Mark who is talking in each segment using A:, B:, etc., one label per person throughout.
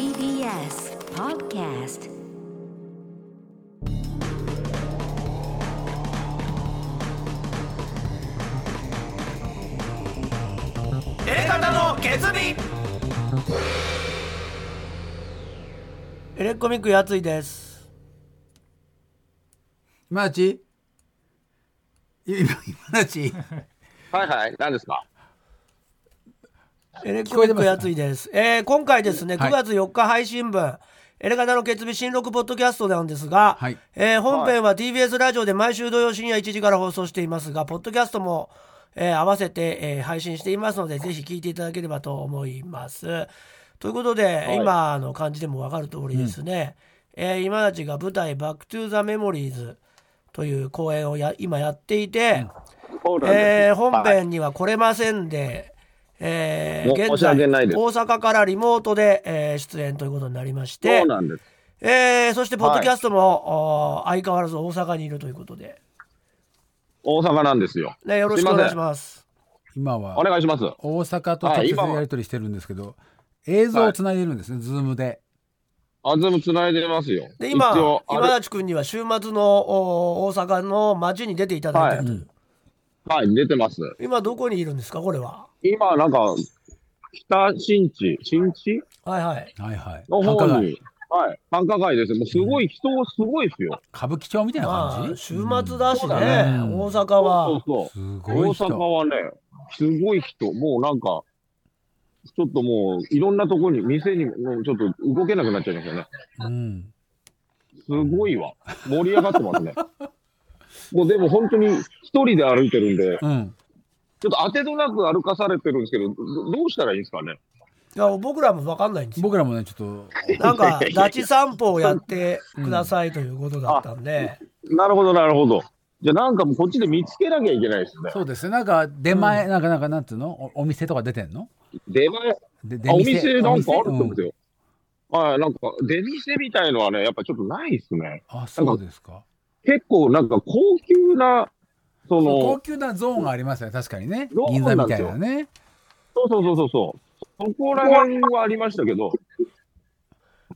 A: TBS Podcast
B: A 型の決意エレコミックやついです
C: 今だちい今今だ ち
D: はいはい、何ですか
B: エレ
C: 聞
B: コ
C: こ
B: ミ
C: えて
B: ッ
C: ま
B: ク
C: す
B: やついですえー今回ですね
C: は
B: 9
C: い
B: 月4日配信分、エレガタの決意新録ポッドキャストなんですが、
C: はい
B: えー本編は TBS ラジオで毎週土曜深夜1時から放送していますが、ポッドキャストも、えー合わせて、えー配信していますので、ぜひ聞いていただければと思います。ということで、今の感じでもわかる通りですね、えー今たちが舞台「バック・トゥ・ザ・メモリーズ」という公演をや今やっていて、
D: そうなんです
B: えー本
D: はい
B: 編には来れませんで、えー
D: もう
B: 現
D: 申し
B: 在
D: 訳ない
B: 大
D: です
B: 阪からリモートで、えー出演ということになりまして
D: そうなんです。
B: えーそしてポッドキャストも、おー相変わらず大阪にいるということで、
D: 大阪なんですよ。
B: ね、よろしくお願いします。
C: 今
D: お
C: は
D: 願いします。
C: 大阪と直接やり取りしてるんですけど映像をつないでるんですね、ズームで
D: あ、全部繋いでますよ。
B: で今
D: 一応、あ
B: 今
D: れ、
B: 立君には週末のお大阪の街に出ていただいてるという、
D: はい、出てます。
B: 今どこにいるんですかこれは。
D: 今、なんか、北新地、新地
B: はいはい。
C: はいはい
D: の
C: なん
D: 方
C: か
D: に、はい、繁華街ですよ。もうすごい、人、すごいですよ。
C: 歌舞伎町みたいな
B: ま
C: 感
B: あ
C: じ
B: 週末だしね、
D: そう
C: だね
B: 大阪
D: そ
B: は
D: うそう
C: す
D: そう。
C: ご
D: 大
C: い人
D: 阪はね、すごい人。もうなんか、ちょっともう、いろんなとこに、店にも、もうちょっと動けなくなっちゃいましたね。
C: うん
D: すごいわ。盛り上がってますね。もうでも本当に一人で歩いてるんで、
C: うん
D: ちょっと当てどなく歩かされてるんですけど、どどうしたらいいんですかね。
B: いや僕らも分かんないんですよ。
C: 僕らもねちょっと
B: なんか 拉致散歩をやってくださいということだったんで、
D: なるほど、なるほど。じゃあなんかもうこっちで見つけなきゃいけないですね。
C: そうですねなんか出前、なんかなんかなんていうのおお店とか出てんの
D: 出前、
C: で出
D: あお店なんかあると
C: お
D: 思うんです
C: 店
D: よ。はい、なんか出店みたいのはね、やっぱちょっとないですね。
C: うんあそうですか
D: 結構なんか高級な、そ
C: 高
D: の、
C: 級なゾーンがありますよね確かにね
D: ゾー
C: 銀
D: ン
C: 座
D: なん
C: みた
D: です
C: い
D: よ
C: なね
D: そうそうそうそうそう。そこら辺はありましたけど。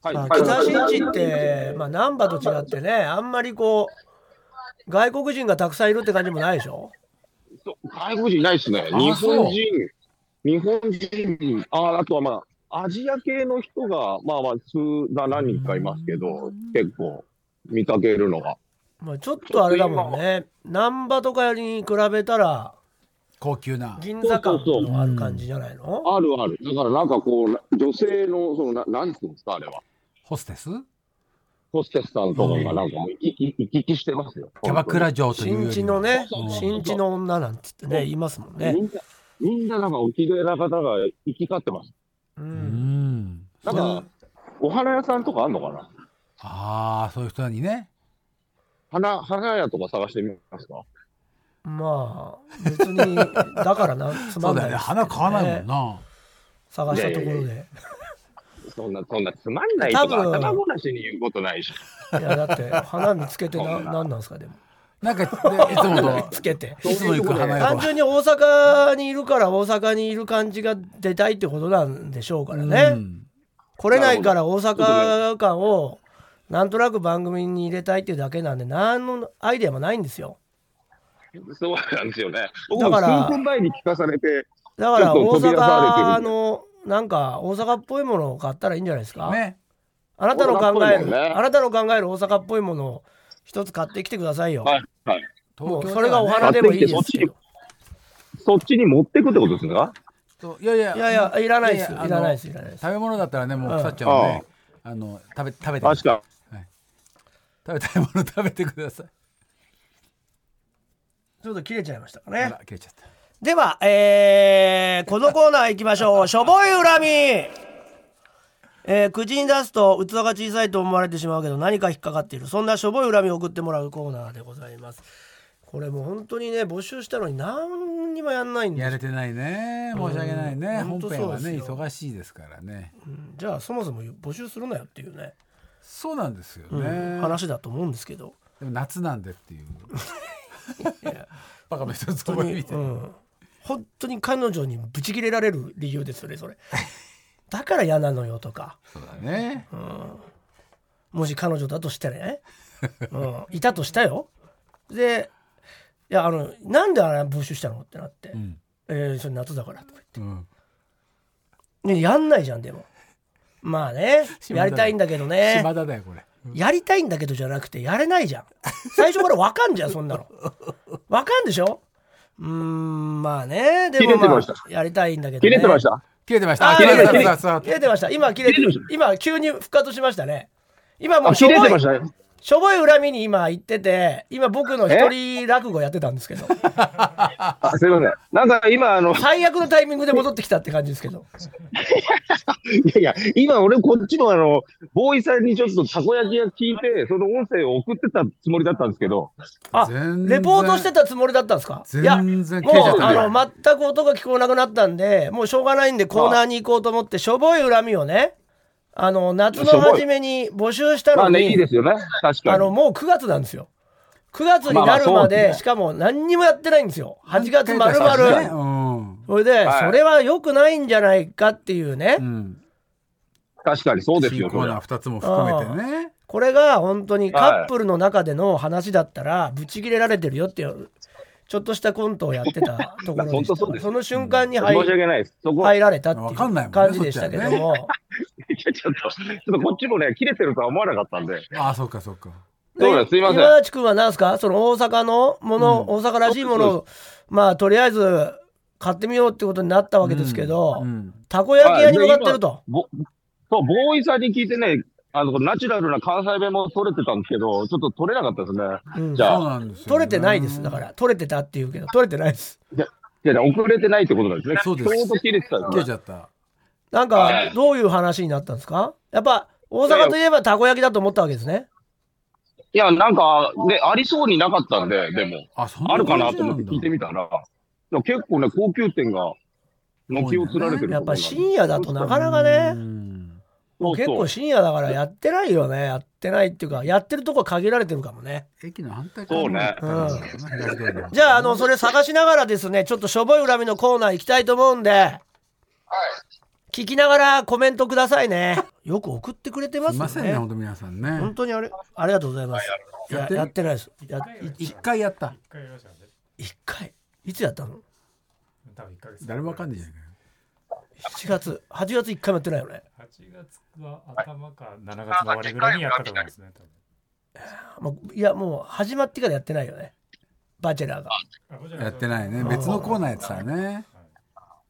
D: はい
B: まあ、
D: はい
B: 北新地って、まあ、難波と違ってねあんまりこう外国人がたくさんいるって感じもないでしょ
D: そう外国人いないですね。
C: あ
D: 日本
C: そう
D: 人、日本人、ああとはまあ、アジア系の人が、まあまあ、数何人かいますけど、結構見かけるのが。
B: まあ、ちょっとあれだもんね難波とかに比べたら
C: 高級な
B: 銀座感
D: そうそう
C: そう
B: のある感じじゃないの
D: あるある。だからなんかこう、女性の、その、ななんていうんですか、あれは。
C: ホステス
D: ホステスさんとかがなんかもう、生き生き生きしてますよ。
C: キャバクラ嬢という
B: 新
C: よりは
B: 地のね
D: そう
C: そうそう
B: 新地の女なんつってね言いますもん
D: 本当に
B: ね、
D: みんな、みんななんかお綺麗な方が行き交ってます。
B: う、
C: うんん
D: なんか、お花屋さんとかあんのかな
C: ああそういう人にね
D: 花、花屋とか探してみますか
B: まあ別にだからなつま
C: そうんだ
B: ないですけ
C: よね
B: ど
C: 花買わないもん
B: ね
C: な、
B: 探したところで
D: いやいやそんな、そんなつまんない
B: 多
D: と
B: 分
D: か、頭ごなしに言うことないし。
B: いやだって花見つけてななんなんですかでも
C: なんかでいつも
B: 花見
C: と
B: つけて
C: いつも行く花屋
B: 単
C: と
B: 純に大阪にいるから大阪にいる感じが出たいってことなんでしょうからね、
C: うん
B: 来れないから大阪間をなんとなく番組に入れたいっていうだけなんで何のアイデアもないんですよ
D: そうなんですよね。
B: だ
D: だ
B: か
D: からら、数分前に聞かされて、
B: だから
D: ちょ
B: 大
D: っと飛び出さ
B: 阪
D: れてる
B: のなんか大阪っぽいものを買ったらいいんじゃないですか、
C: ね
B: あなたの考え
D: 大阪っぽいも
B: る、
D: んね
B: あなたの考える大阪っぽいものを一つ買ってきてくださいよ、
D: はい、はい。
B: もう
C: ではね
B: それがお花でもいいですけど
D: そっちに持ってくってことですか
C: そういやいや
B: いやいやいらないですよ
C: やや
B: いらないですいらないです
C: あの食べ物だったらねもう腐っちゃうんで、あの食べ食べて
D: 確か。
C: 食べたいもの食べてください
B: ちょっと切れちゃいましたか
C: あ
B: ね
C: ら切れちゃった
B: では、えー、このコーナー行きまし ょう。しょぼい恨みえー、口に出すと器が小さいと思われてしまうけど何か引っかかっているそんなしょぼい恨みを送ってもらうコーナーでございますこれもう本当にね募集したのに何にもやんないんで
C: やれ
B: す
C: てないね申し訳ないね、
B: うん本
C: 本
B: 当
C: 編は
B: そう
C: ね
B: ですよ
C: 忙しいですからね
B: うんじゃあそもそも募集するなよっていうね、
C: そうなんですよね、
B: うん話だと思うんですけど
C: でも夏なんでっていうバカめ一つ覚えみたいな、
B: うん、本当に彼女にブチ切れられる理由ですよねそれだから嫌なのよとか
C: そうだね。
B: もし彼女だとしたらね、 うん、いたとしたよで「いやあのなんであれ募集したの?」ってなって「
C: ん
B: えーそれ夏だから」とか
C: うん。
B: 言って、ね、やんないじゃんでもまあね
C: 島
B: や
C: 田
B: りたいんだけどね
C: 島田だよ、これ。
B: やりたいんだけどじゃなくてやれないじゃん最初からわか んじゃんそんなのわかんでしょうーんまあねで
D: 切れ
B: も、
D: て
B: ま
D: ました
B: あ、やりたいんだけど、ね、
D: 切れてました
C: 切れてまし
B: あ
C: た。
B: ー
C: 切れてま
B: 切れ
C: してた。
B: ま
C: 座
B: 切れてました今切れて
D: 切れてま
B: 今急に復活しましたね今も
D: あ
B: うしょ
D: 切
B: ぼい
D: れてましたね。
B: しょぼい恨みに今行ってて今僕の一人落語やってたんですけど
D: あ、すいません。なんか今、あの、
B: 最悪のタイミングで戻ってきたって感じですけど
D: いやいや、今俺こっちのあの、ボーイさんにちょっとたこ焼きが聞いて、その音声を送ってたつもりだったんですけど、
B: あ
C: 全然
B: レポートしてたつもりだったんですかいや
C: 全然切
B: も
C: れちゃっ
B: う
C: たね
B: あの全く音が聞こえなくなったんでもうしょうがないんでコーナーに行こうと思ってしょぼい恨みをねあの夏の初めに募集した
D: ま
B: の
D: あね、いい
B: に
D: ですよね。確か
B: あの
D: に。
B: もう9月なんですよ9月になる
D: まあま
B: ま
D: あそうです
B: で
D: ね
B: しかも何にもやってないんですよ8月まるま
C: ね
B: るそれで
D: はい
B: それは良くないんじゃないかっていうね
C: うん。うん。
D: 確かにそうです
C: 新
D: よ、
C: コ
D: そ
C: ー
D: れ
C: ナー
D: は。
C: 二つも含めてね。
B: これが本当に
D: はい
B: カップルの中での話だったらブチ切れられてるよっていうちょっとしたコントをやってたところ
D: 本
B: でし
D: 当
B: た
D: そうです
B: その瞬間に
D: 申
B: 入
D: し訳ないです。そこ、
B: 入られたってい
C: わかんないうもんね
B: 感じでしたけども、
D: いや ちょっと、ちょっとこっちもね、切れてるとは思わなかったんで。
C: ああ、そうか、そうか。
D: そうです、すいません。
B: 今立君は何ですかその大阪のもの、大阪らしいものをまあとりあえず買ってみようってことになったわけですけど、
C: うん。
B: たこ焼き屋に向かってると、
D: はい。で今ぼそう、ボーイさんに聞いてね、あの、ナチュラルな関西弁も取れてたんですけど、ちょっと取れなかったですね。
B: うん
D: じゃあ
C: そうなんですよね。
B: 取れてないですだから取れてたっていうけど取れてないです
D: いやいや、遅れてないってことなんですね。
C: そうです
D: ちょうど切れてたん
C: 切
D: で
C: れ
D: す
C: ち
D: ね。
C: ゃった。
B: なんかどういう話になったんですかやっぱ大阪といえばたこ焼きだと思ったわけですね
D: いや、なんか、ね、ありそうになかったんで、でも、
C: あ、そん
D: あるかな
C: 感じ
D: と思って
C: んだ
D: 聞いてみたら、いや結構ね、高級店が、軒を連ねてる
B: やっぱ深
D: 夜、
B: 夜だとなかなかね
C: うん
D: そうそう
B: 結構深夜だからやってないよねやってないっていうかやってるとこは限られてるかもね
C: 駅の反対側
D: そうね
C: うん
B: じゃああのそれ探しながらですねちょっとしょぼい恨みのコーナー行きたいと思うんで、聞きながらコメントくださいねよく送ってくれてますす
C: い
B: よ
C: ませんね、
B: ね
C: 本当皆さんね
B: 本。当にあれありがとうございますいや
C: やってる
B: やってないですやい
C: 一回やった。
B: 一回いつやったの
E: 多分1ヶ月
C: 誰もわかんないじゃん。
B: 7月8月1回もやってないよね
E: 8月は頭か7月の終わりぐらいにやったと思いますね。多分
B: もういやもう始まってからやってないよねバチェラーが
E: あこちら
C: やってないね。別のコーナーやってたね。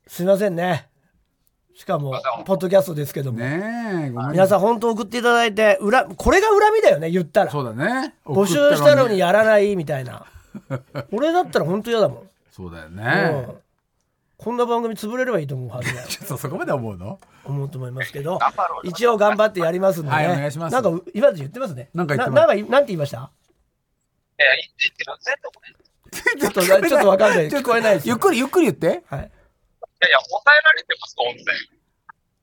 B: すいませんねしかもポッドキャストですけども、
C: ねえ、ごめん。
B: 皆さん本当送っていただいて裏これが恨みだよね言ったら
C: そうだね。
B: 募集したのにやらないみたいな俺だったら本当嫌だもん、
C: そうだよ
B: う
C: ね
B: ん。こんな番組潰れればいいと思うはず だよ
C: ちょっとそこまで思うの
B: 思うと思いますけど一応頑張ってやりますんで、ね
C: はいお願いします
B: なんか今で言ってますね
C: なんか言ってます
B: ななんかなんて言いま したちょっとちょっとわかんない聞こえないです
C: ゆっくりゆっくり言って。
B: はい
F: いやいや、抑えられてます、音声。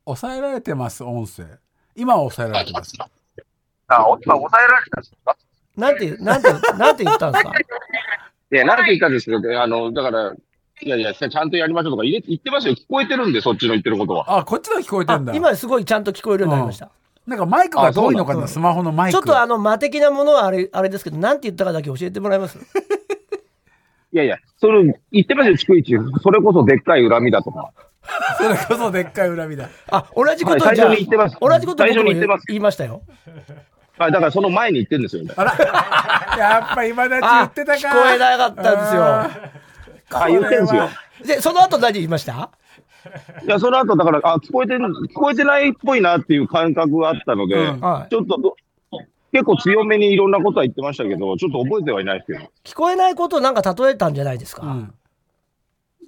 C: 抑えられてます、音声。今は抑えられてます。
F: あ、音は抑えられてます。
B: なんてなんてなんて言ったん ですか
D: いや、なんて言ったんですけどね、あの、だから、いやいや、ちゃんとやりましょうとか言え言ってますよ。聞こえてるんで、そっちの言ってることは。
C: あ、こっちの聞こえて
B: あ
C: んだ。
B: 今すごいちゃんと聞こえるようになりました、
C: なんかマイクが遠いのかな、スマホのマイ
B: ち
C: ク。
B: ょっとあの間的なものはあれあれですけどなんて言ったかだけ教えてもらえ ます
D: いやいや、それ、言ってますよ、逐一。それこそでっかい恨みだとか。
C: それこそでっかい恨みだ。
B: あ同じこと
D: はい
B: じゃあ、
D: 最初に言ってます
B: 同じこと僕も
D: 最初に言ってます
B: 言いましたよ
D: はい、だからその前に言ってるんですよね。
C: あら、やっぱ今だち言ってたか。
B: あ聞こえなかったんで
D: あ、言ってるんですよ。
B: すよでその後何言いました
D: いや、その後、だから、あ、聞こえてる、聞こえてないっぽいなっていう感覚があったので、
C: うん
B: はい
D: ちょっとど、結構強めにいろんなことは言ってましたけど、ちょっと覚えてはいないですけど。
B: 聞こえないことをなんか例えたんじゃないですか、
C: うん。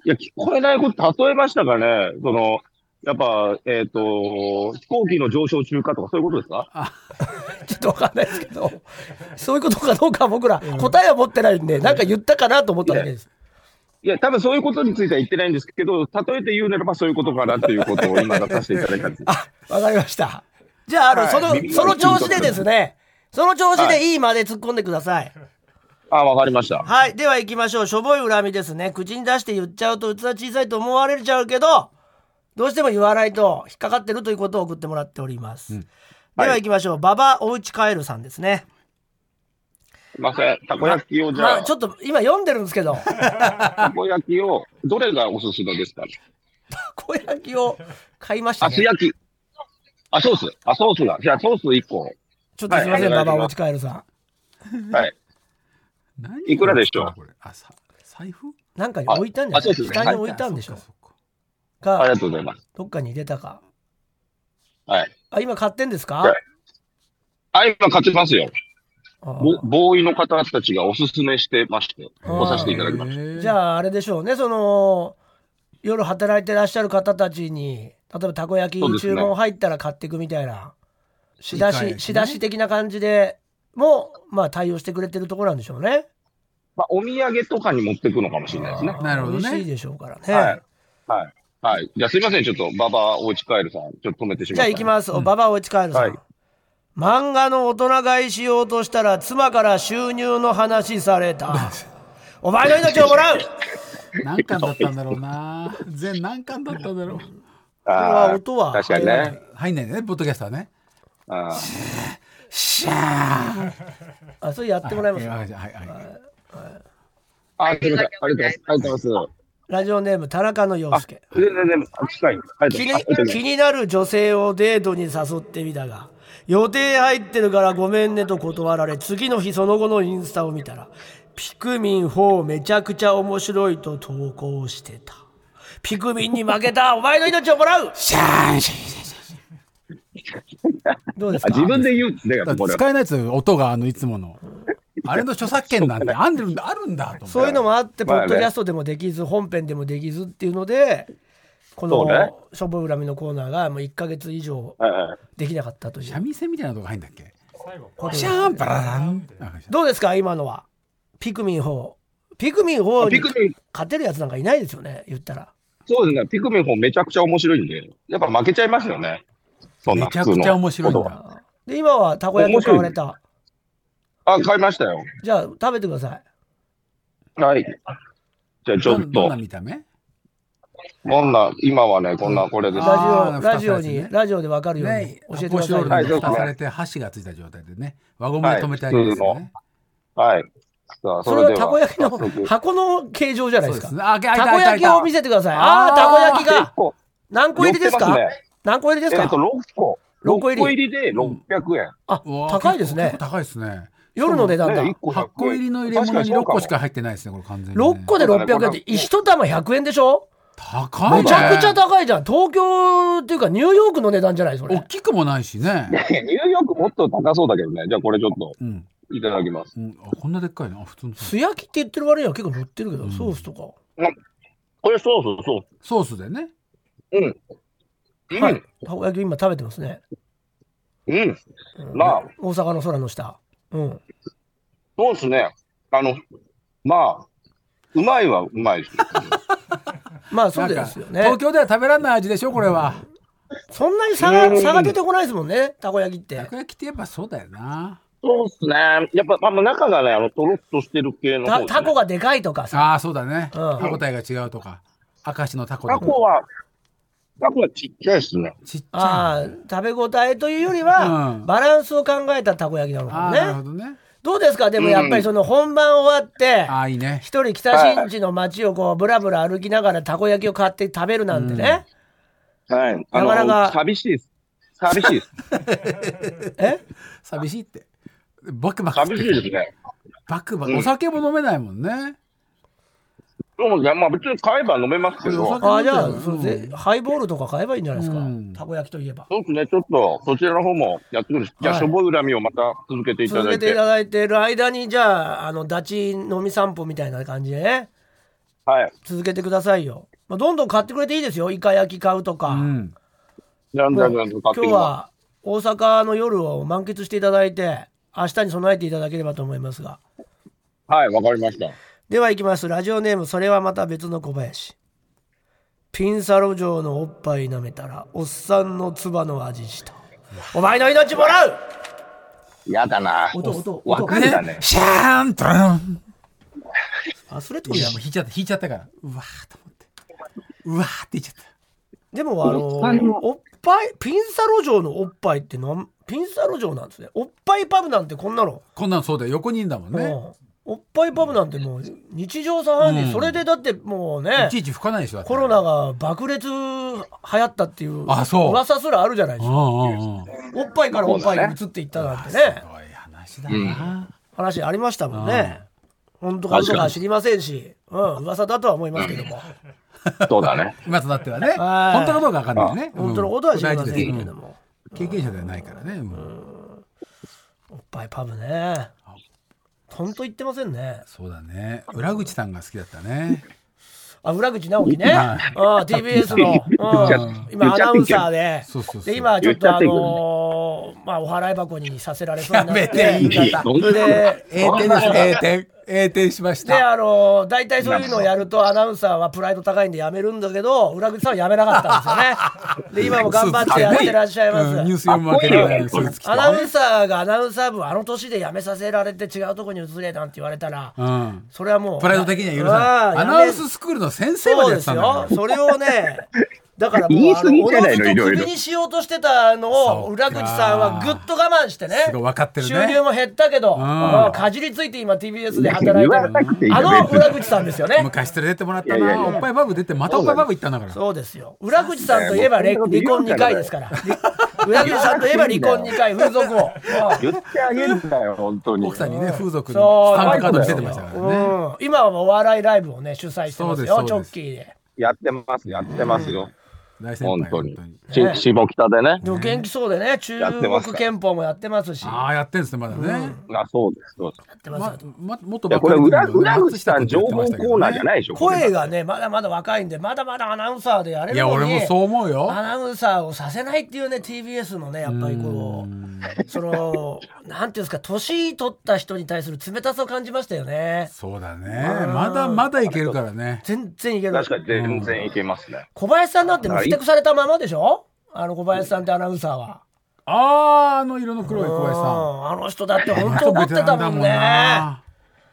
D: いや、聞こえないこと、例えましたかね、その、やっぱ、えっ、と、飛行機の上昇中かとか、そういうことですか
B: ちょっとわかんないですけどそういうことかどうか僕ら答えは持ってないんで、なんか言ったかなと思っただけです、
D: いや、多分そういうことについては言ってないんですけど、例えて言うならばそういうことかなっていうことを今出させていただいたんです。
B: わかりましたじゃああの、
D: はい
B: その
D: 耳が
B: その調子でですねその調子でいいまで突っ込んでください
D: あ、わかりました。
B: はい。では行きましょう。しょぼい恨みですね。口に出して言っちゃうと器小さいと思われちゃうけど、どうしても言わないと引っかかってるということを送ってもらっております。
C: うん
B: では行きましょう。馬場おうち帰るさんですね。
D: すいません、たこ焼きをじ
B: ま
D: ゃ
B: あ、
D: あ
B: ち、ょっと今読んでるんですけど、
D: たこ焼きを、どれがおすすめですかね
B: たこ焼きを買いました
D: あ、
B: ね
D: 素。焼き。あ、ソース。あ、ソースが。じゃあ、ソース1個。
B: ちょっとすいません、
D: は
B: 馬
D: い
B: 場おうち帰るさん。
D: はい。
C: 何
D: いくらでしょう
C: これあさ財布
B: なんかに置いたんじゃ
D: あ
B: な
D: そう
B: い
D: ですね
B: 下に置いたんでしょ
C: あそっかそっか
D: あり
B: か
D: がとうございます。
B: どっかに入れたか
D: はい。
B: あ今買ってんですか、
D: はいあ、今勝ちますよ。
B: あー
D: ボボーイの方たちがおすすめしてまして、
B: あー
D: 来させていただきまし
C: へー
B: じゃああれでしょうねその夜働いてらっしゃる方たちに例えばたこ焼
D: そう
B: き
D: ですね
B: 注文入ったら買っていくみたいな仕出
C: いいかい
B: し
C: ね
B: 仕出し的な感じでもまあ対応してくれてるところなんでしょうね。
D: た。まあ、お土産とかに持っていくのかもしれないですね
B: あ。ー
C: なるほどね
B: 美味しいでしょうからね。
D: はい。はい。はい。じゃあ、すいません。ちょっと、ババアおうち帰るさん、ちょっと止めてし
B: じ
D: ま
B: ゃあ
D: った。
B: 行きます。
C: うん
B: ババアおち帰るさん。
D: はい
B: 漫画の大人買いしようとしたら妻から収入の話され た。お前の命をもらうこ
C: 何巻だったんだろう な全何巻だったんだろう
B: れ
D: あ
B: は
D: ー
B: 音は
D: 確かにね。
C: 入んないんだねポッドキャストはね
D: あー
C: シャー
B: あ、それやってもらいます。
C: はいはいはいはい
D: あ、すいません。ありがとうございます。ありがとうございます。
B: ラジオネーム田中の洋介。
D: 全然、全然、近い。あり
B: 気
D: がとうござ
B: に
D: いますありがとうございます
B: 気。になる女性をデートに誘ってみたが予定入ってるからごめんねと断られ次の日その後のインスタを見たら「ピクミン4めちゃくちゃ面白い」と投稿してたピクミンに負けたお前の命をもらう
C: シャーシャーシャーシャーシ
B: どうです
D: あ
B: か
D: 自分で言うんですね、
C: ャー
D: これ
C: 使えないですよ音があのいつも のあれの著作権なんてあんるんだあるんだと思って
B: そういうのもあってポ
D: まあ
B: ッ
D: ね
B: ドキャストでもできず本編でもできずっていうのでこ
D: そうね
B: の「しょぼ恨み」のコーナーがもう1ヶ月以上
D: は。
B: できなかったとい
C: 三
B: う
C: 味線みたいなとこ入んだっけ
E: 最後、
B: ことで
C: シャーンバララン
B: どうですか今のはピクミン4ピクミン4に
D: ピクミン、
B: 勝てるやつなんかいないですよね言ったら
D: そうですね、ピクミン本めちゃくちゃ面白いんで、やっぱ負けちゃいますよね。そんな
C: めちゃくちゃ面白いん
D: 普通のこ
C: だ
B: で今はたこ焼きを買われた
D: とはあ、買いましたよ。
B: じゃあ食べてください
D: はい。じゃあち
C: ど
D: ょっ
C: んどん
D: と
C: な、見た目
D: こんな、今はね、こんな、これです。
C: あ
B: ラ
C: ー
B: ジオラジオ
C: 二つ
B: に、
C: ですね
B: ラジオで分かるように
C: ね、
B: 教えて
C: 発
B: くださ
C: 泡
B: い
C: スチロール
D: は
C: に
D: いどうぞ
C: 蓋されて箸がついた状態でね、輪ゴムで留めてあげるんですよね。
D: はい。さ
B: そ
D: あ、そ
B: れは
D: れでは。
B: たこ焼きの
D: 早速
B: 箱の形状じゃない
C: そう
B: です
C: で
B: か
C: すね。あ、開い
B: たこ
C: 開
B: 焼
C: い
B: き
C: た
B: を見せてくださいああーたこ焼き
D: 結
B: が
D: 構
B: 何個入りです
D: 寄っ
B: か
D: てますね
B: 何個入りです
D: えっと、
B: か
D: 6個。
B: 六
D: 6
B: 個
D: 個
B: 入り
D: 入りで600円。
B: あ
C: うわー
B: 高いです
C: 結
B: ね
C: 構高いですね。
B: 夜の値段だ
D: ね一個100円
C: 8個入りの入れ物に6個しか入ってないですね、これ完全に、ね。
B: 6個で600円って1玉100円でしょ
C: 高いね。
B: めちゃくちゃ高いじゃん東京っていうかニューヨークの値段じゃないそれ
C: 大きくもないしね。
D: 確かにそうかもニューヨークもっと高そうだけどね。じゃあこれちょっと
C: うん。
D: いただきます。
C: うん、あこんなでっかいな。あ普通のソース
B: 素焼きって言ってる割には結構乗ってるけど、
C: うん
B: ソースとか
D: これソース、ソー
C: ソースでね。
D: ス。
B: はいたこ焼き今食べてますね、
D: うん。うん。
B: うん
D: なあ
B: 大阪の空の下うん
D: そうですね。あの、まあ、うまいはうまいです。
B: まあそうですよね
C: なんか東京では食べられない味でしょ、これは。
B: そんなに差が
D: うん
B: 差が出てこないですもんねたこ焼きって
C: たこ焼きってやっぱそうだよな。
D: そうですね。やっぱ、まあ、中がね、あの、とろっとしてる系の方
B: た
D: ですね、
B: タコがでかいとかさ
C: ああ、そうだね。
B: うん
C: 歯応えが違うとか。明石のタコ
D: タ
C: と
D: コ
C: か。
D: は、タコはちっちゃいですね。
C: ちっちゃい。
B: ああ食べ応えというよりは、
C: うん
B: バランスを考えたたこ焼きなのかも
C: ああ、
B: ね
C: なるほどね。
B: どうですかでもやっぱりその本番終わって
C: ああ、いいね。
B: 一人北新地の街をこうブラブラ歩きながらたこ焼きを買って食べるなんてね、
D: はい。あの、
B: なかなか
D: 寂しいです。寂し いです。
B: え
C: 寂しいって。バクバク食っ
D: 寂
C: てく
D: しい
C: る
D: ですね。
C: バクバ
D: う
C: ク。
D: ん
C: お酒も飲めないもんね。
D: そうですね。まあ、別に買えば飲めますけど、
C: お酒
D: そ
B: あじゃあ、
C: うん
B: それぜハイボールとか買えばいいんじゃないですか、
C: うん
B: たこ焼きといえば
D: うですね。ちょっと、そちらの方もやってくるし、じゃ
B: は
D: あ、
B: い
D: しょぼ恨みをまた続けていた
B: 続
D: だ
B: け
D: い
B: てい
D: て。
B: ただいてる間にじゃああのダチ飲み散歩みたいな感じでね
D: はい。
B: 続けてくださいよ、まあ、どんどん買ってくれていいですよイカ焼き買うとか、
C: うん。
D: じゃんじゃんじゃんと
B: 今
D: 買って
B: 日
D: きま
B: は大阪の夜を満喫していただいて明日に備えていただければと思いますが
D: す。はい、わかりました。
B: では行きますラジオネームそれはまた別の小林ピンサロ城のおっぱい舐めたらおっさんの唾の味したお前の命もらう
D: やだな。
B: 音音
D: わ
B: 音
D: かるだね。
C: シャーンとン
B: 忘れてく
C: い
B: る
C: や
B: や
C: もう引いちゃった引いちゃったからうわーと思ってうわーって言っちゃっ
B: でもあの
D: おっぱいも
B: おっぱいピンサロ城のおっぱいってなんピンサロ城なんですねおっぱいパブなんてこんなの、
C: こんなんそうだよ横にいんだもん
B: う
C: ね、
B: んおっぱいパブなんてもう日常茶飯事、
C: うん
B: それでだってもうね
C: いちいち吹かないでしょだって
B: コロナが爆裂流行ったっていう
C: あそう
B: 噂すらあるじゃないです
C: う
B: か
C: んうんうん
B: おっぱいからおっぱいに移っていったなんてね
C: すごい話だな、
B: 話ありましたもんね本当か嘘か知りませんし、うん、噂だとは思いますけども
D: そうだね。
C: 今となってはね
B: はい
C: 本当かどうか分かんないよね、
B: 本当のことは知り
C: 大
B: ま
C: 事
B: せ
C: で
B: ん
C: す
B: けれども、
C: うん経験者ではないからね、もう
B: おっぱいパブねほんと言ってませんね
C: そうだね裏口さんが好きだったね
B: あ裏口直樹ね、
C: は
B: あー TBS の、うん、今アナウンサーで
C: そうそうそう
B: で今ちょっ
D: 言
B: と
D: っちゃっ
B: あ
D: ていい
B: のーまあお払い箱にさせられそうになって
C: やめて
D: いい
B: それで
C: A 点です A 点 A 点しまし
B: で
C: た
B: あのー大体そういうのをやるとアナウンサーはプライド高いんでやめるんだけど裏口さんはやめなかったんですよね で今も頑張ってやってらっしゃいます、
C: うんニュース読むわけではないスーツ着て
B: アナウンサーがアナウンサー部あの年で辞めさせられて違うとこに移れなんて言われたら、
C: うん
B: それはもう
C: プライド的には許さないアナウンススクールの先生ま
B: そう
C: で
B: で
C: やって
B: す
C: たんだから
B: よそれを ねだからも
D: 言
B: う
D: い
B: あ
D: 過ぎ
B: のお
D: じ
B: の
D: ゃない
B: ず
D: の
B: と
D: いろい
B: 首
D: ろ
B: にしようとしてたのを
C: そう
B: 裏
C: か
B: 口さんはぐっと我慢してね
C: すごい分かってるね
B: 収入も減ったけど
C: ん
B: まあかじりついて今 TBS で働
D: 言
B: いて
D: わな
B: る
D: くていい
B: あ
D: よ、
B: の
D: 別
B: 裏
D: に。
B: 口さんですよね
C: 昔連れてってもらった
D: いやいやい
C: な
D: や
C: おっぱいパブ出てまたおっぱいパブ行ったんだから
B: そうですよ裏口さんといえば離
D: そうですね
B: 婚2回ですから裏口さんといえば離婚2回風 俗を
D: 言ってあげるんだよ、本当に。
C: 奥さんにね風俗
B: そ
C: の
B: う
C: スタンプカード見せてましたからね
B: うん今はもうお笑いライブをね主催してますよ
C: そうです
B: チ
C: そ
B: ョ
C: うで
B: ッ
C: す
B: キーで
D: やってます、やってますよ。
C: 大先輩本
D: 本
C: 当
D: 当
C: に
D: に。
B: ね
D: し下北でね
B: で。も元気そうでね中
D: やってます
B: 国
D: から
B: 憲法もやってますし
C: ああやってんですねまだね、
D: あ、そうです。そうです
B: やってます
C: ま
B: よ
C: ま元
D: いや、これ裏、裏口さん情報コーナーじゃないいでしょ。これ
B: 声がねまだまだ若いんでまだまだアナウンサーでやれ
C: い
B: る
C: や
B: の
C: 俺
B: に
C: もそう思うよ
B: アナウンサーをさせないっていうね TBS のねやっぱりこうそのなんていうんですか年取った人に対する冷たさを感じましたよね
C: そうだねまだまだいけるからね
B: 全然いけない
D: 確かに全然いけますね。
B: 小林さんなんてもうふてくされたままでしょあの小林さんってアナウンサーは
C: あーあの色の黒い小林さ
B: うんあの人だって
C: ん
B: 本当怒ってたもんね
C: あ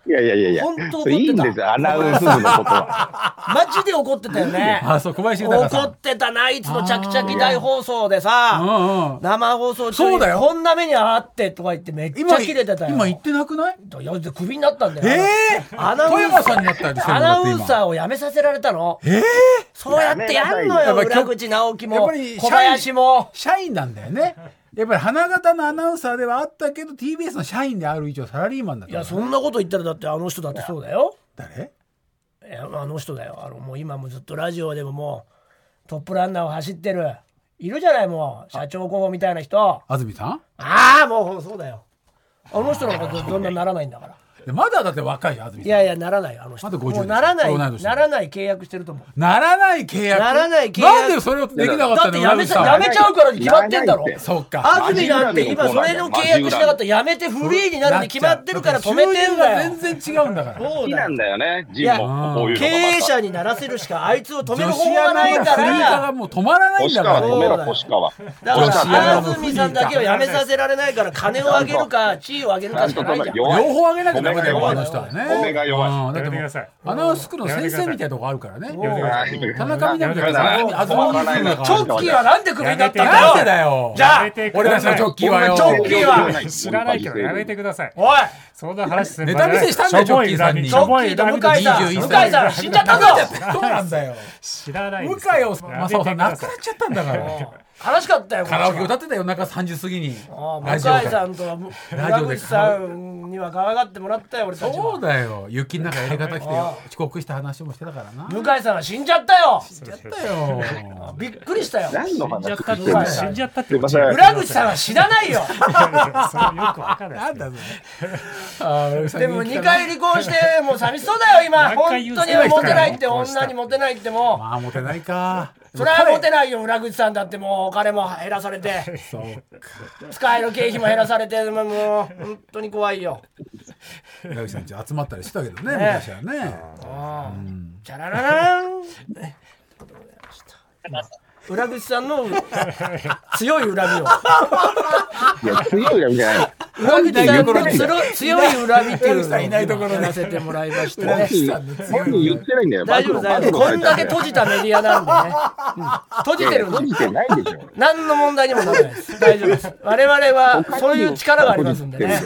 D: いやいやいやいや
B: 本当怒って、た
D: それいいんですよ、アナウンス部のことは。
B: マジで怒ってたよね
C: あそう小林豊さ
B: 怒
C: ん
B: ってたな、いつのチャキチャキ大放送でさ、
C: うんうん
B: 生放送中
C: そうだよ
B: こんな目にあってとか言ってめっちゃ
C: 今
B: 切れてたよ。
C: 今言ってなくない
B: いやクビになったんだよ。
C: ええ
B: アナウ
C: 富
B: ン
C: 山
B: サ
C: さん
B: ー
C: になったよ
B: アナウン
C: ー
B: サーを辞めさせられたの。
C: ええ
B: そうやってやんの
C: や
B: よ、
C: めなさい
B: 裏口直樹
C: やっ
B: も
C: ぱり社員
B: 小林も。
C: 社員なんだよねやっぱり花形のアナウンサーではあったけど TBS の社員である以上サラリーマンだっ
B: いや、
C: たから
B: そんなこと言ったらだってあの人だってそうだよ。
C: 誰
B: いやあの人だよ。あのもう今もずっとラジオでももうトップランナーを走ってる。いるじゃないもう社長候補みたいな人。
C: 安住さん
B: ああもうそうだよあの人なんかどどんなならないんだから
C: でまだだって若いじゃん安住
B: い
C: さん
B: やいやならないよあの人
C: あと50
B: もうならな
C: 同
B: い
C: い年
B: ならない契約してると思う
C: ならない契約
B: ならない契約
C: なんでそれをできなかっ
B: だ
C: た
B: っ
C: の
B: てやめ
C: 村口
B: さ
C: さ
B: や
C: ん
B: めちゃうからに決まってんだろ
D: やらないって
C: そうか
B: 安住なんて今それの契約しなかったらやめてフリーになるに決まってるから止めてんだよ
C: 収入が全然違うんだから
B: そ
D: 好
B: う
D: き
B: だ
D: な
B: よ
D: んだよね、ジンも。こういう
B: 経
D: のがまた
B: 営者にならせるしかあいつを止める
C: 女
B: 方法
C: 子
B: が
C: アナ
B: ない
C: の
B: か
C: スリーカ
B: ら
C: がもう止まらないんだか
D: 星川
C: ら
D: 止めろ、星川。
B: だ
C: 女子ア
B: から
C: ナの
B: 安住さんだけはやめさせられないから金を上げるか地位を上げるかしかないじゃん
D: 弱い
C: 両方あげなきゃダメだよ
D: ご
C: あ
D: め
C: の
D: んが
C: 人はね
D: ごめんが弱い
C: うんだっても
E: やめてくだ
C: う
E: さい
C: アナウンスクールの先生みたいなとこあるからね
B: もう
C: 田中みな実だって安住安住だから
B: チョッキーはなんでクビになったんだ
C: なんで
B: よ
C: だよ
B: じゃあ
E: やめてくだ
C: 俺
E: さい
C: たちのジョッキーは
B: 俺
C: よ
B: のジョッキーは
E: 知らないけどやめてください。
B: おい
E: そんな話する
C: ネタ見せしたんだよ
E: しょぼい恨み
C: ジ
B: チョッキーと向井さん、
C: 21
B: 向井
C: 歳
B: さん死んじゃったぞ
C: そうなんだ よ
E: 知らない
C: 向井
E: で
C: を
E: すよ。
C: 正雄さん亡くなっちゃったんだから
B: 悲しかったよ、
C: カラオケ歌
B: っ
C: ってたよ中3時過ぎに
B: 向
C: ラ
B: 井
C: ジオから
B: さんと
C: ラ
B: 村
C: ジ
B: 口
C: オで
B: さんには可愛がってもらったよ、俺たち
C: そう
B: は。
C: だよ雪の中やり方来てよ遅刻した話もしてたからな
B: 向井さんは死んじゃったよ
C: だよ
B: びっくりしたよ。
D: 何の
E: 死んじ
D: 話
E: ゃったって
B: てる
E: 死んじゃったって
D: すいません
B: 裏口さんは死なないよ
E: それよくわかんな
C: な
E: いで
C: ん
E: す
C: だそれ
B: でも2回離婚してもう寂しそうだよ今
E: 何
B: 本当
E: 回
B: に
E: 言う
B: モテないって女にモテないっても
C: まあモテないか
B: うそれはモテ
C: い
B: ないよ裏口さんだってもうお金も減らされて使える経費も減らされてもう本当に怖いよ
C: 村口さんち集まったりしてたけどね
B: ね
C: 昔はね
B: チャラララー ン。ねありがとうございました裏口さんの強い恨みを
D: いや、強いやみたいな。
B: 恨み
C: な
B: 大とこ
C: いと
B: ろ
C: ころ
B: に
C: に
B: つろ強い恨みっていう
C: 恨みないと
B: の
C: こ
B: を
C: ろに
B: やらせてもらいました
C: 恨
B: ね
C: み。したんですよ
D: 本人言ってないんだよ。
B: 大丈夫、
D: 暴
B: 大丈
D: 露
B: 夫。こんだけ閉じたメディアなんでね。うん閉じてるんで
D: 閉。じてないでしょ。
B: 何の問題にもならないです。大丈夫です。我々はそういう力がありますんでね。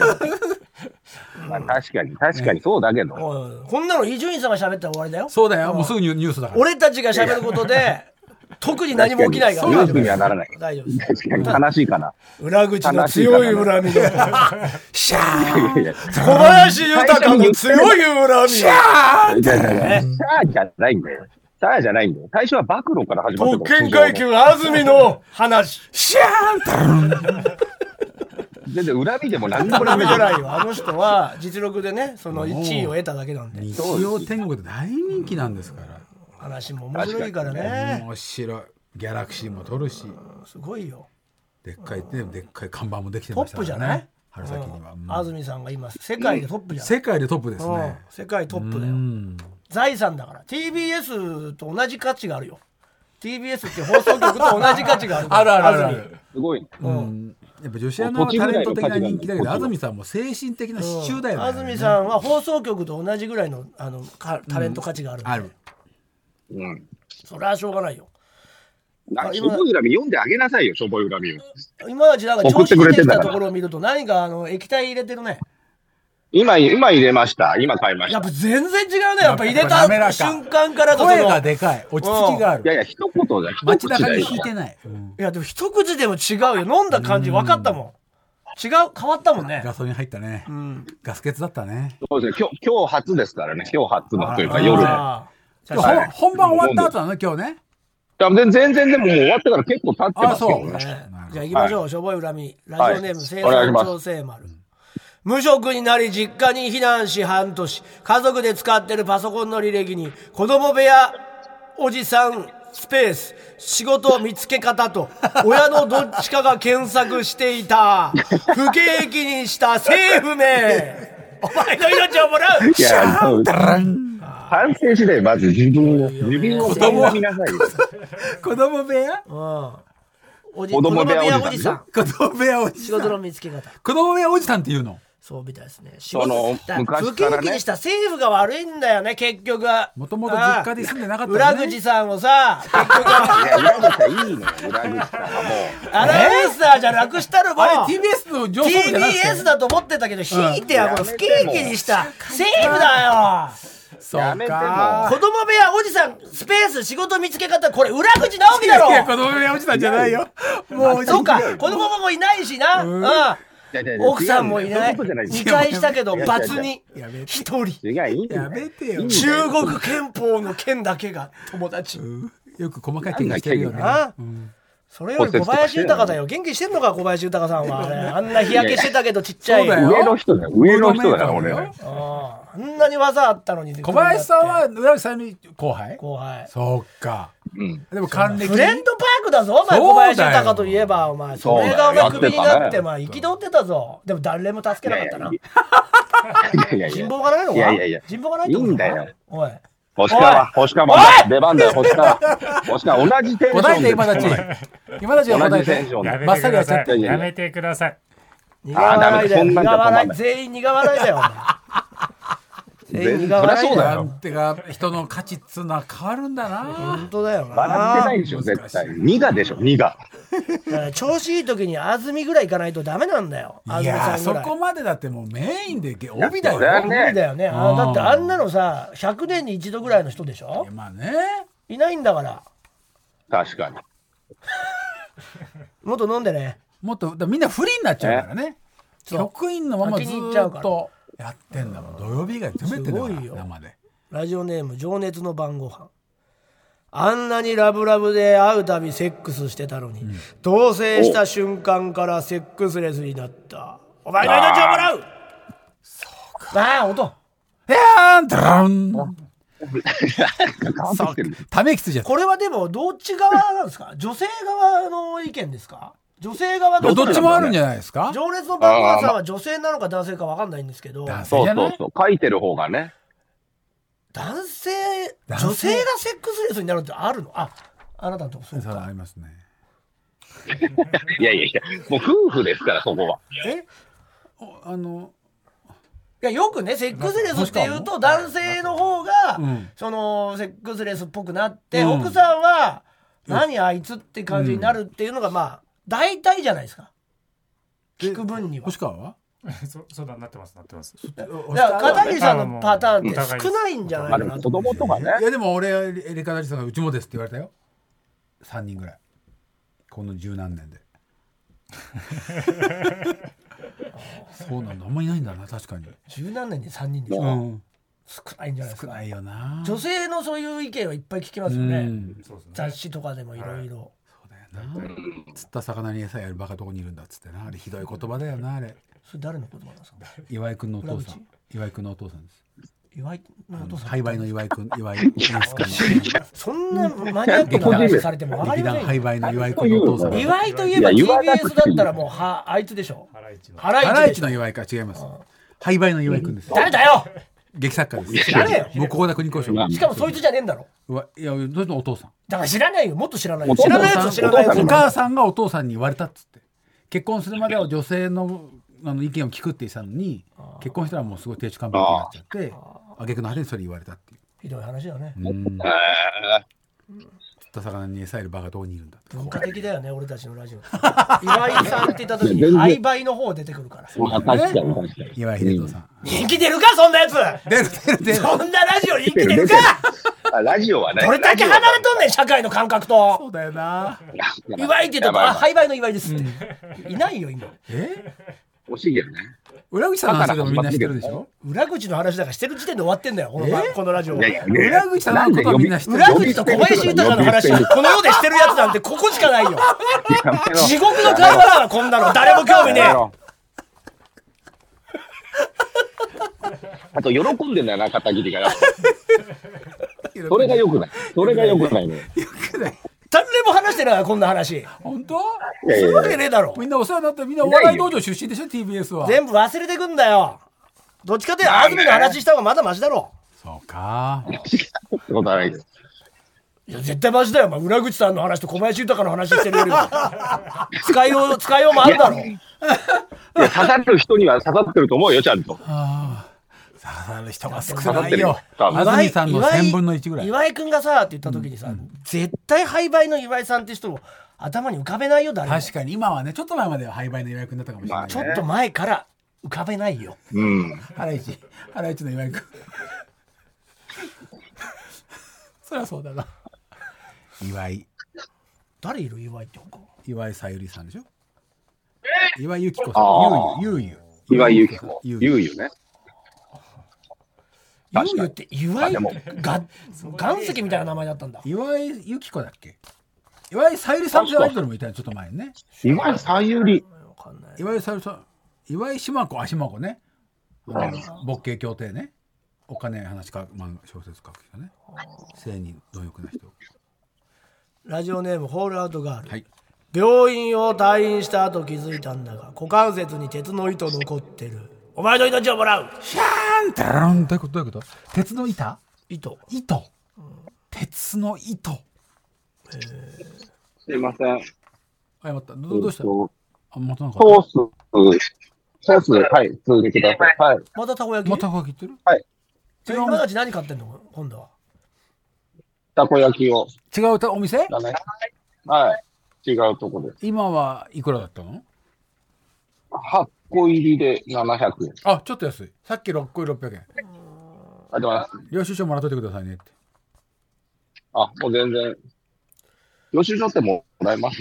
D: まあ確かに、確かにそうだけど。
B: おいおいこんなの伊集院さんが喋ったら終わりだよ。
C: そうだよ。もうすぐニュニュースだから。
B: 俺たちが喋ることで、特に何も起きないから。
D: ニュースにはならない。
B: 大丈夫です。
D: 確かに悲しいかな。
B: 裏口の強い恨みで。シャー
D: いやいや
B: 小林豊の強い恨み。シャー
D: いやいやいやさあじゃないんだよ。さあじゃないんだよ。最初は暴露から始まって
B: 特権階級安住の話。シャ
D: 全然恨みでも何で
B: ー
D: も
B: これ
D: な
B: ぐ
D: い。
B: らいは、あの人は実力でね、その1位を得ただけなんで。
C: 日曜天国で大人気なんですから。
B: 話も面白いからね。
C: 面白い。ギャラクシーも撮るし、
B: すごいよ。
C: でっかいねでっかい看板もできてましたから
B: トップじゃない
C: ね。春先には。うん
B: 安住さんが今、世界でトップじゃん。
C: 世界でトップです
B: うん
C: ね。
B: 世界トップだ
C: う
B: よ。
C: ん。
B: 財産だから。TBS と同じ価値があるよ。TBS って放送局と同じ価値があるから。安住。
D: すごいね。
C: うんやっぱ女子アナはタレント的な人気だけど、安住さんも精神的な支柱だよね。
B: 安住さんは放送局と同じぐらいのあのかタレント価値がある、
C: ある。
D: うん。
B: それはしょうがないよ
D: あしょぼい恨み読んであげなさいよ、しょぼい恨みを。
B: 今までなんか調
D: 送っ
B: 子
D: てく
B: 出
D: れ
B: て
D: て
B: き
D: んだ
B: た
D: から
B: ところを見ると何かあの液体入れてるね
D: 今、今入れました。今買いまし。
B: やったぱ全然違うねやっぱ入れ
C: やっぱ滑ら
B: た
C: か
B: 瞬間からのその
C: 声がでかい。落ち着きがあ
D: いや
C: る。
D: いや、一言だ。
C: 街
D: 一口
C: 中
D: だ
C: に
D: よ。
C: 引いてない。
B: いやでも一口でも違うよ飲んだ感じ分かったもん違う変わったもんね
C: ガソリン入ったね
B: う。ん
C: ガス欠だったね。
D: そうですね。今日、今日初ですからね。今日初のというか、夜。い
B: あー
C: でも
D: はい
C: ほん本番終わった後なの今日ね。
D: や全然、全然でももう終わってから結構経ってますけど
C: あ
D: ね
C: そ。
B: ねじゃあ行きましょう、しょぼい恨みラジオネーム、
D: はい
B: 生
D: お願
B: 産
D: いします
B: 調整丸無職になり実家に避難し半年家族で使ってるパソコンの履歴に子供部屋おじさんスペース仕事見つけ方と親のどっちかが検索していた不景気にした政府名お前の命をもらう
D: いや、そう反省しない、まず自分を。自分を学びなさいよ。
C: 子供部屋
B: おじ子
D: 子
B: 供
D: 供
B: 部
D: 部屋
B: 屋お
D: お
B: じ
D: じ
B: さ
D: さん
B: ん
C: 子供部屋おじ
B: 仕
C: さん。
B: 事の見つけ方
C: 子供部屋おじさんっていうの。
B: そうみたいですね。仕
D: その
B: 事だ不
D: 昔
B: 景
D: からね
B: 気にした政府が悪いんだよね、結局は。
C: 元々実家で住んでなかったのね
B: ああ裏口さんをさ、結局
D: いや、裏口さんいいのよ、裏口さんはも
B: アナウンサーじゃなくしたるもん
C: あれ TBS の上層部じゃなくて。
B: TBS だと思ってたけど、引いてはこの不景気にした政府だよ。
C: そう
D: やめても
C: か。
B: 子供部屋、おじさん、スペース、仕事見つけ方、これ裏口直樹だ
C: いや子
B: ろ。
C: 供部屋おじさんじゃないよ。もう
B: そうか、子供もいないしな。うん
D: ういやいやいや。
B: 奥さんもいない。
D: 違うんだよそういうことじゃない
B: 二回したけど、
D: いやいやいや
B: 罰に
C: やめて
B: 一人。
D: 違う、いいんだよ
C: やめてよ
D: いいんだ
B: 中国憲法の県だけが友達。
C: よく細かい喧嘩してるよね。
B: な、それより小林豊だよ元気してんのか小林豊さんはあれ あんな日焼けしてたけどちっちゃい
C: そうだよ
D: 上の人だよ、上の人だから、俺は。
B: ああんなに技あったのに
C: 小林さんは村口さんの後輩
B: 後輩
C: そうか。
D: うん。
C: でも還暦。
B: フレンドパークだぞお前
C: そうだよ
B: 小林豊といえばお前それがお前
D: そう
B: ク
D: だ
B: ビ
D: よ
B: にな
D: や
B: っ
D: っててたね
B: まあ憤ってたぞでも誰も助けなかったない
D: やいやい
B: 人
D: や。
B: 望がないのか
D: いやいやいや
B: 人望がないってこと
D: いいんだよ
B: おい
D: 星川、星川も出番だよ、星川。星川、同じテンシ
C: お題
D: ョン
C: で
D: で。
C: 今立ち。今立ちが
D: 同
C: 答え
D: じテンシ
C: て。
D: ョン
E: や
D: で。
E: めてくださ
D: 真っ先にやっちゃって
E: い。やめて
B: 苦笑
E: ください。
B: いだよ
D: あーダメだそん
B: 苦
D: な
B: 笑
D: んじゃ
B: い
D: 困る
B: 全員苦笑いだよお前全員
D: 全
B: 苦笑い
D: そりゃそう
B: だよ
D: だよ
C: なんてか人の価値っつうのは変わるんだな
B: 本。当だよな
D: 学んでないでしょ、絶対。ニガでしょ、ニガ。
B: だから調子いい時に安住ぐらい行かないとダメなんだよ安
C: い
B: 住
C: や
B: さんぐ
C: そ
B: らい
C: こまでだってもうメインで帯だ
D: いやそれは
C: よ。
D: ね
B: 無理だよねあ
C: うん
B: だってあんなのさ100年に一度ぐらいの人でし
C: い
B: ょ
C: やまあね。
B: いないんだから
D: 確かに。
B: もっと飲んでね
C: もっとだからみんな不利になっちゃうからね。
B: そう
C: 局員のままず
B: 先に行っちゃう
C: ー
B: か
C: っ
B: ら
C: とやってんだもん。土曜日以外全てだか
B: す
C: ら
B: ごいよ
C: 生で。
B: ラジオネーム「情熱の晩ご飯あんなにラブラブで会うたびセックスしてたのに、同棲した瞬間からセックスレスになったお前の命をもらうそうかああ音
C: いやーんドラン。
D: なんか
C: そ
D: 頑張
C: う
D: ってる。
C: ため息ついちゃった。
B: これはでもどっち側なんですか女性側の意見ですか女性側の
D: ど
C: どっちもあるんじゃないですか。
B: 情熱の晩ご飯さんは女性なのか男性か分かんないんですけど
C: 男性
D: そう
C: じゃな
D: そう
C: い。
D: そう。書いてる方がね。
B: 男性
C: 男性
B: 女性がセックスレスになるってあるのああなたのとこそう
C: そう
B: か
C: ありますね。
D: いやいやいや、もう夫婦ですから、そこは。
B: え
C: おあの、
B: いやよくねセックスレスっていうと
E: なんか
B: 男性の方が、
C: うん
B: そのセックスレスっぽくなって、
C: うん
B: 奥さんは「何あいつ」って感じになるっていうのが、まあ大体じゃないですか聞く分には。
C: 星川は
E: そそうだなってますなってます。
B: だから片桐さんのパターン
E: お互
B: っ
E: い
B: て少ないんじゃない
D: あ、
B: か
D: で
B: な
D: も
B: と
D: 子。供とかね。
C: いやでも俺エレカダリさんがうちもですって言われたよ3人ぐらいこの十何年でそうなんだあんまりいないんだな確かに、
B: 十何年で3人でしょ、
C: うん、
B: 少ないんじゃないです
C: 少
B: か。
C: ないよな
B: 女性のそういう意見はいっぱい聞きます
C: う
B: よね。
C: ん
E: そうですね。
B: 雑誌とかでもいろいろ。
C: そうだよな釣った魚に餌やるバカどこにいるんだっつってなあれひどい言葉だよなあれ
B: それ誰の言葉なんですか
C: 岩井君のお父さ
B: 裏
C: ん岩井君のお父さんです
B: 岩井のお父さん。
C: 廃売の岩井君岩井君ですかね
B: そんなマニアックな話されても分かり
C: 劇
B: ま
C: 団
B: せん
C: 廃
B: よ。
C: 売の岩井君のお父さん
E: 廃
C: ハ
E: 盤
B: 岩井といえば
D: いや岩井だって
B: TBS だったらもうはあいつでしょ。
E: 原市の。
B: ハラ
C: ライ
B: イ
C: チ
B: チ
C: の
B: でしょ。
C: 岩井か違います廃売の岩井君です
B: 誰だよ
C: 劇作家です。
B: 誰よ
C: 向田邦子賞。
B: しかもそいつじゃねえんだろ。
C: うわいや、どうしてもお父さん。
B: だから知らないよ。もっと知らないよ。
D: お父
B: 知ら
D: さん
B: ないやつ知らないや
D: お父さ
C: お
D: ん
B: つ。
C: 母さんがお父さんに言われたっつって。結婚するまでは女性のあの意見を聞くって言ってたのに、結婚したらもうすごい亭主関白になっちゃって、挙句の果てにそれ言われたっていう。
B: ひどい話だよね。
C: うん。釣
D: え
C: った魚に餌やるバカどこにいるんだって。
B: 文化的だよね、俺たちのラジオ。岩井さんって言った時に、相倍の方出てくるから。
D: ーまあ確かに確かに。
C: 岩井秀人さん。
B: 人気出るか、そんなやつ
C: 出る出る出る。
B: そんなラジオ人気出
D: 出
B: る
D: る
B: か
D: あラジオはね。
B: どれだけ離れとんねん、社会の感覚と。
C: そうだよな。
B: 岩井って言
D: や
B: った
D: ばい
B: ら、あ、
D: やばい
B: 廃売の岩井ですって。いないよ、今。
C: え
D: 惜しいけどね。
C: 裏口さんの話でもみんな知ってるでしょ
B: 裏口の話だからしてる時点で終わってんだよ、この番このラジオ
D: い
B: は
D: やい。や
C: 裏口さんのことはみんな知ってる。
B: 裏口と小林豊の話をこの世でしてるやつなんてここしかない よ。地獄の会話だからこんなの誰も興 味ね
D: やめ
B: え。
D: ろあと喜んでんだよな、片桐が。それが良くない。それが良くないね。
B: 誰も話してないからこんな話。
C: 本当
D: いやい
B: す
D: や
B: るわけねえだろ。
C: みんなお世話になってみんなお笑い道場出身でしょ TBS は
B: 全部忘れてくんだよ。どっちかというと安住の話した方がまだマシだろ。
C: そうか
D: ってことはないです。
B: いや絶対マシだよ、お前裏口さんの話と小林豊の話してるより は使いよう使いようもあるだろ
D: いや刺さる人には刺さってると思うよ、ちゃんと。
C: ああ刺さる人が少ないよ
D: 多分
C: 安住さんの
B: 岩井
C: 1000分の1ぐらい
B: 岩井君がさって言った時にさ、絶対廃売の岩井さんって人を頭に浮かべないよ誰も
C: 確かに今はねちょっと前までは廃売の予約になったかもしれない、
B: ちょっと前から浮かべないよ
D: うん。
C: ハライチハライチの予約そりゃそうだな岩井
B: 誰いる岩井って他
C: 岩井さゆりさんでしょ岩井由紀子
D: あ
C: さ
D: あ
C: んゆうゆ
D: 岩井由紀子。
C: ゆ
D: ゆ
C: うゆ
D: うゆね。確か
B: ゆ
D: に
B: うゆって岩井
D: あでも
B: が岩石みたいな名前だったんだ
C: 岩井由紀子だっけ岩井さゆりさんっていうアイドルもいたよちょっと前にね
D: 岩井さゆり。
B: わかんない
C: 岩井さゆりさん岩井島子あ島子ねあの勃起協定ねお金話か漫画小説書く人ね性に貪欲な人
B: ラジオネームホールアウトガール、
C: はい
B: 病院を退院した後気づいたんだが股関節に鉄の糸残ってるお前の命をもらう
C: シャーンダランどういうことどういうこと鉄の板
B: 糸
C: 糸鉄の糸
D: すいません。
C: 謝ったどどうした
D: ソ
C: あまたなんか
D: ース、ソース、はい、続けてください。はい。
B: またたこ焼き
C: またこが切ってる
B: え今たち何買ってんの今度は
D: たこ焼きを。
C: 違うたお店
D: だね。はい。違うとこです。
C: 今はいくらだったの
D: 8個入りで700円。
C: あちょっと安いさっき6個600円
D: ありがとうございます。
C: 領収書もらっといてくださいねって
D: あ、もう全然。領収書ってもらえます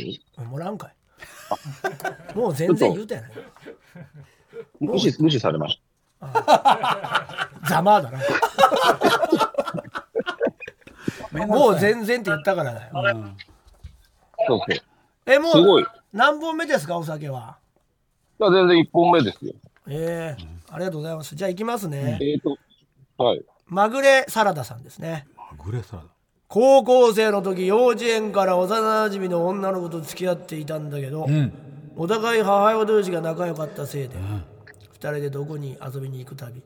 B: もらうんかいもう全然言うたやない
D: 無視、無視されまし
B: ざまあ だなもう全然って言ったからだよ
D: た。そうそう。
B: えも
D: すご
B: う
D: い。い
B: 何本目ですかお酒は
D: や、全然1本目ですよ。
B: ええありがとうございますじゃあ行きますね、
D: えーと、はい。
B: まぐれサラダさんですね
C: あグレーサラダ
B: 高校生の時幼稚園から幼馴染の女の子と付き合っていたんだけど、
C: うん
B: お互い母親同士が仲良かったせいで、2人でどこに遊びに行くたび、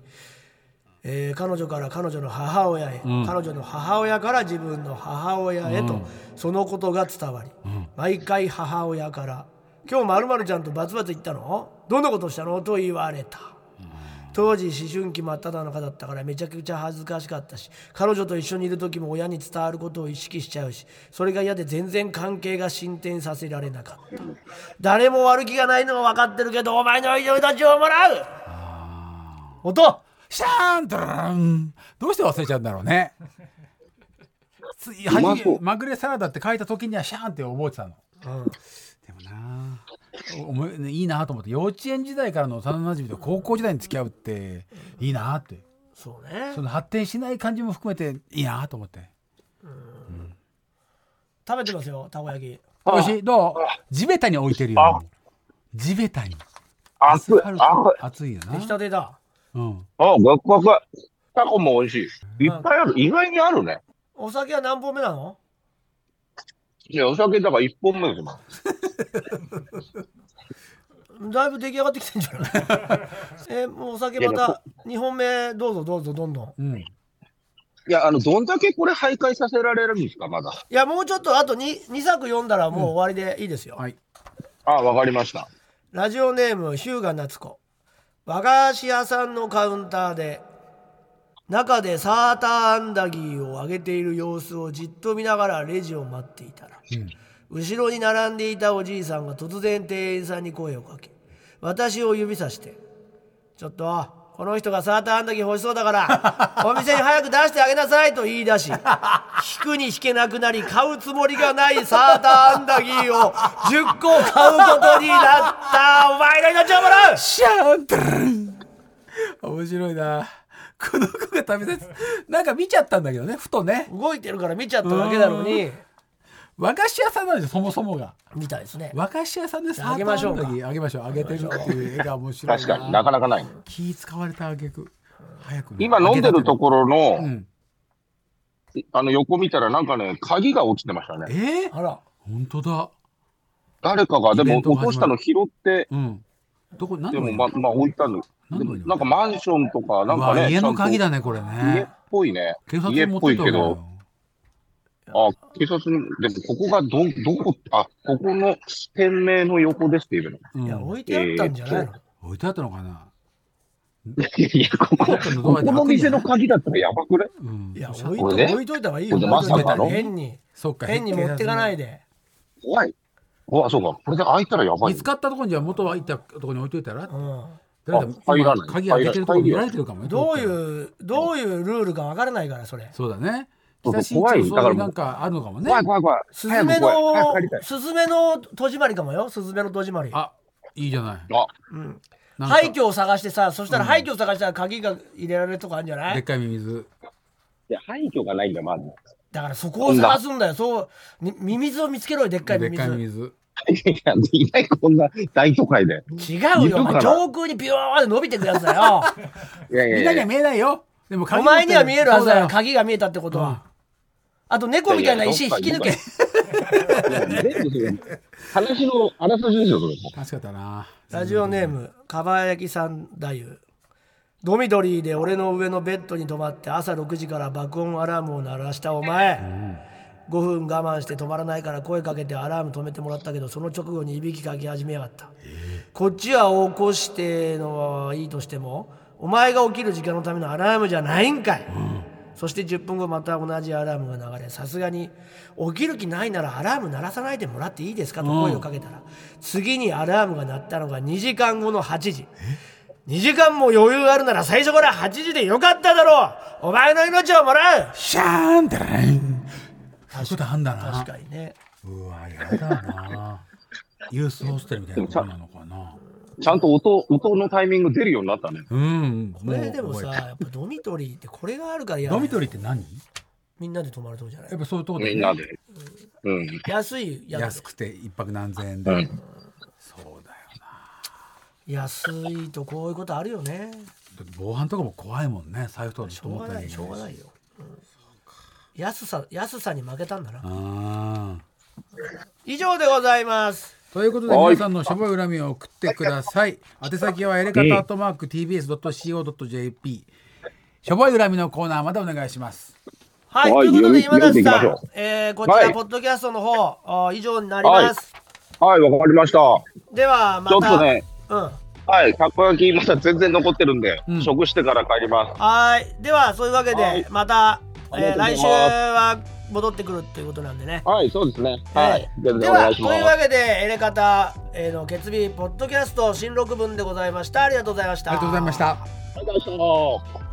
B: えー彼女から彼女の母親へ、彼女の母親から自分の母親へと、そのことが伝わり、毎回母親から今日まるまるちゃんとバツバツ行ったのどんなことしたのと言われた当時思春期真っ只中だったからめちゃくちゃ恥ずかしかったし彼女と一緒にいる時も親に伝わることを意識しちゃうしそれが嫌で全然関係が進展させられなかった誰も悪気がないのは分かってるけどお前のいでたちをもらう音
C: シャーンドランどうして忘れちゃうんだろう ねついう
D: ま
C: 初
D: そ
C: め
D: う
C: まぐれサラダって書いた時にはシャーンって覚えてたの
B: うん
C: でもなあおおもいいなと思って幼稚園時代からの幼馴染と高校時代に付き合うっていいなって
B: そうね
C: その発展しない感じも含めていいなと思って
B: 食べてますよたこ焼き
D: あ
C: おいしいどう地べたに置いてる
F: あ
C: よ地べたに
D: 熱い
C: アスファルト熱
D: 熱い
C: いよな
B: 出来たてだ
C: うん
D: あ、ごくごく。タコも美味しい。いっぱいある。意外にあるね。
B: お酒は何本目なの
D: いや、お酒だから一本目ですもん。
B: だいぶ出来上がってきてんじゃないえもうお酒また2本目どうぞどうぞどんどん
C: うん
D: いや、あの、どんだけこれ徘徊させられるんですか、まだ。
B: いやもうちょっとあと 2, 2作読んだらもう終わりでいいですよ、
C: はい
D: あ、わかりました。
B: ラジオネーム日向夏子和菓子屋さんのカウンターで中でサーターアンダギーを揚げている様子をじっと見ながらレジを待っていたら、後ろに並んでいたおじいさんが突然店員さんに声をかけ私を指さして「ちょっとこの人がサーターアンダギー欲しそうだから お店に早く出してあげなさい」と言い出し引くに引けなくなり買うつもりがないサーターアンダギーを10個買うことになったお前の命をもらう
C: シャーンドゥルン面白いなこの子が食べさせなんか見ちゃったんだけどねふとね
B: 動いてるから見ちゃっただけなのに
C: 和菓子屋さんなんですよそもそもが
B: みたいですね
C: 和菓子屋さんです
B: あげましょうか
C: あげましょうあげてるっていう絵が面白い
D: 確かになかなかない。
C: 気使われたあげく早くね
D: 今飲んでるところ
C: う
D: の、
C: ん
D: あの、横見たらなんかね、鍵が落ちてましたね。
C: えー
B: あら
C: 本当だ
D: 誰かが、で
C: イベ
D: も
C: ントが
D: 落
C: 始ま
D: と
C: る
D: したの拾って、
C: うんどこ何
D: で
C: の
D: もま、まあ置いたの。
C: 何
D: で
C: の
D: も
C: 家
D: なんかマンションとか、なんか
C: うわ
D: ね、
C: 家の鍵
D: ちゃん
C: だねこれ
D: と家っ
C: ね
D: ぽいね
C: 警。察に
D: 家っ
C: 持っ
D: ぽ
C: て
D: い
C: た
D: け
C: の
D: ど、
C: よ
D: あ、警察に、でもここがど、どこ、あ、ここの店名の横ですって言うの。
C: うん
B: いや置いてあったんじゃないの、
C: 置いてあったのかない
D: やいや、ここ、
C: だってどうや
D: こ
C: って開くんや
D: この店の鍵だったらやばくね
C: うん
B: いや
C: そ
B: 置い、
D: ことれね
B: 置いといた方がいいよ
D: これまさ
C: かの
B: 変に
C: そっか
B: 変に持ってかない
C: で
B: で
D: 怖い。うわ、そうか。これで開いたらやばい
C: 見つ。かったところにじゃあ元入ったところに置いといたら
B: うん
C: 誰だ
D: 入らない
C: 鍵開けてるところ見られてるかもね
B: どういううどういうルールかわからないからそれ
C: そうだね
D: そうそ
C: 北
D: う
C: 新地の
D: 怖い
C: そうい
D: だか
C: う
D: ら
C: なんかあるのかもね
D: 怖い怖い怖い。
B: スズメ
D: 早く怖い
B: の
D: 早く帰りたい。
B: スズメの戸締まりかもよスズメの戸締まり、
C: あいいじゃない
D: あ、
B: うん、
C: なんか
B: 廃墟を探してさそしたら廃墟を探したら鍵が入れられるとこあるんじゃな
C: でっ
B: い
C: かいミミズ
D: いや、廃墟がないんだよ、まず。
B: だからそこを探すんだよそうにミミズを見つけろよでっかい
C: で
B: ミ
C: っ
B: ミ
C: かいミ
B: ズ
C: ミズ
D: いや、いない、こんな大都会で。
B: 違う
D: いる
B: よお前
D: から
B: 上空にビューンって伸びてくやつだよ
D: いやいや
C: みん
D: いや
C: なには見えないよでも
B: お前には見えるはずだよ
C: 鍵持って
B: 鍵が見えたってこと
C: うん
B: はあと猫みたいな石引き抜け
D: 全部話のあらすじですよ、それ。
C: るそうだよ確かだな
B: ラジオネームかばやきさん太夫ドミドリーで俺の上のベッドに泊まって朝6時から爆音アラームを鳴らしたお前、5分我慢して止まらないから声かけてアラーム止めてもらったけどその直後にいびきかき始めやがった、こっちは起こしてのはいいとしてもお前が起きる時間のためのアラームじゃないんかい、そして10分後また同じアラームが流れさすがに起きる気ないならアラーム鳴らさないでもらっていいですかと声をかけたら、次にアラームが鳴ったのが2時間後の8時2時間も余裕あるなら最初から8時でよかっただろうお前の命をもらう
C: シャーンってねそういうことあんだな
B: 確かにね
C: うわやだなユースホステルみたいなことなのかな
D: ちゃんと音、音のタイミング出るようになったね。
C: うん
B: これでもさ
C: 覚え
B: やっぱドミトリーってこれがあるから
C: た
B: や
C: ドミトリーって何
B: みんなで泊まるとこじゃない
C: やっぱそういうとこだ
D: み
C: よ
D: ん
C: ね
D: なで。うん。
B: 安いやつ
C: 安くて一泊何千円
D: う
C: で
D: ん。
C: そうだよ
B: 安いとこういうことあるよね
C: だって防犯とかも怖いもんね財布とかずっ
B: し
C: と
B: ょう
C: 持っ
B: が
C: た
B: な
C: り
B: いしょうがないいよ、うん安さ安さに負けたんだな
C: あー
B: 以上でございます
C: ということで
D: は
C: 皆
D: い
C: さんのしょぼい恨みを送ってください宛先はエレカタアットマーク TBS.CO.JP しょぼい恨みのコーナーまでお願いします
B: はい、
D: はい
B: ということで今田
D: 読み読んでいき
B: さ
D: まし
B: ん
D: ょう、
B: えーこちら、
D: はい
B: ポッドキャストの方あー以上になります、
D: はい、わかりました。ちょ
B: ではまた
D: っとね、
B: うん、は
D: はい、たこ焼きまだ全然残ってるんで、
C: うん
D: 食してから帰ります。
B: ーいではそういうわけ
D: は
B: で
D: い
B: また、
D: あり
B: え
D: が
B: ー
D: とうござい
B: 来
D: ます
B: 週は戻ってくるっていうことなんでね
D: はい、そうですね。はい、全
B: で
D: 然お願
B: はいと
D: し
B: い
D: ます
B: う。わけでエレカタへの決日ポッドキャスト新録文でございましたありがとうございました
C: ありがとうございました。
D: ありがとうございました。